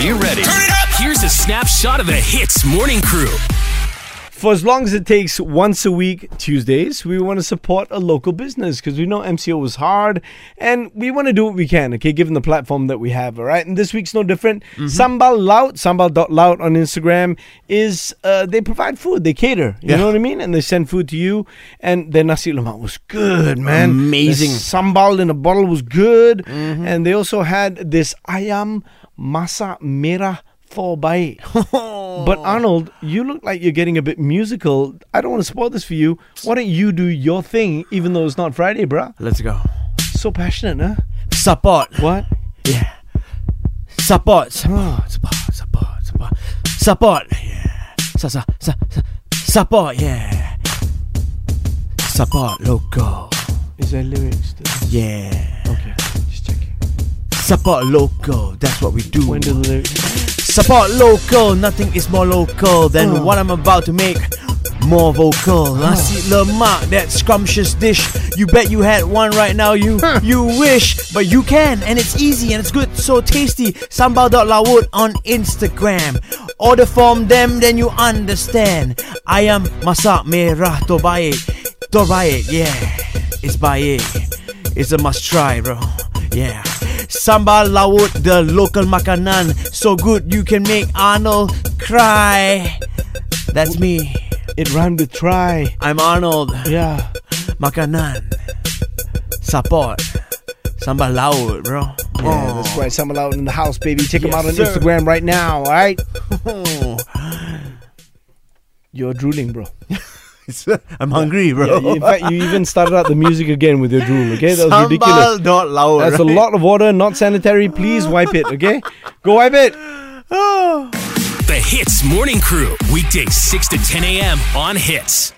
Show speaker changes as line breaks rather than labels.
you ready? Turn it up! Here's a snapshot of the Hits Morning Crew.
For as long as it takes once a week, Tuesdays, we want to support a local business because we know MCO was hard and we want to do what we can, okay, given the platform that we have, all right? And this week's no different.
Mm-hmm.
Sambal Loud, sambal.loud on Instagram is, uh, they provide food, they cater, you
Yeah.
know what I mean? And they send food to you. And their nasi lemak was good, man.
Amazing. Mm-hmm.
The sambal in a bottle was good. And they also had this ayam masa merah for bite. But Arnold, you look like you're getting a bit musical. I don't want to spoil this for you. Why don't you do your thing, even though it's not Friday, bruh?
Let's go.
So passionate, huh?
Support.
What?
Yeah. Support. Support. Support. Support. Support. Support. Yeah. Su- su- su- su- Support. Yeah. Support local.
Is there lyrics to this?
Yeah.
Okay, just checking.
Support local. That's what we do.
When do the lyrics?
Support local, nothing is more local than what I'm about to make. More vocal, nasi lemak, that scrumptious dish. You bet you had one right now, you you wish, but you can, and it's easy and it's good, so tasty. Sambal.lawut on Instagram. Order from them, then you understand. I am masak merah tobaik, tobaik, yeah, it's baik. It's a must try, bro. Yeah. Sambal Lawut, the local makanan. So good you can make Arnold cry. That's me.
It rhymed with try.
I'm Arnold.
Yeah.
Makanan. Support. Sambal Lawut, bro.
Yeah, that's right. Someone out in the house, baby. Check them
Yes,
out on
sir.
Instagram right now, all right?
Oh.
You're drooling, bro.
I'm hungry, bro.
Yeah, you- in fact, you even started out the music again with your drool, okay? That was
Sambal
ridiculous.
dot Lawut.
That's a
right?
lot of water, not sanitary. Please wipe it, okay? Go wipe it.
The Hits Morning Crew, weekdays 6 to 10 a.m. on Hits.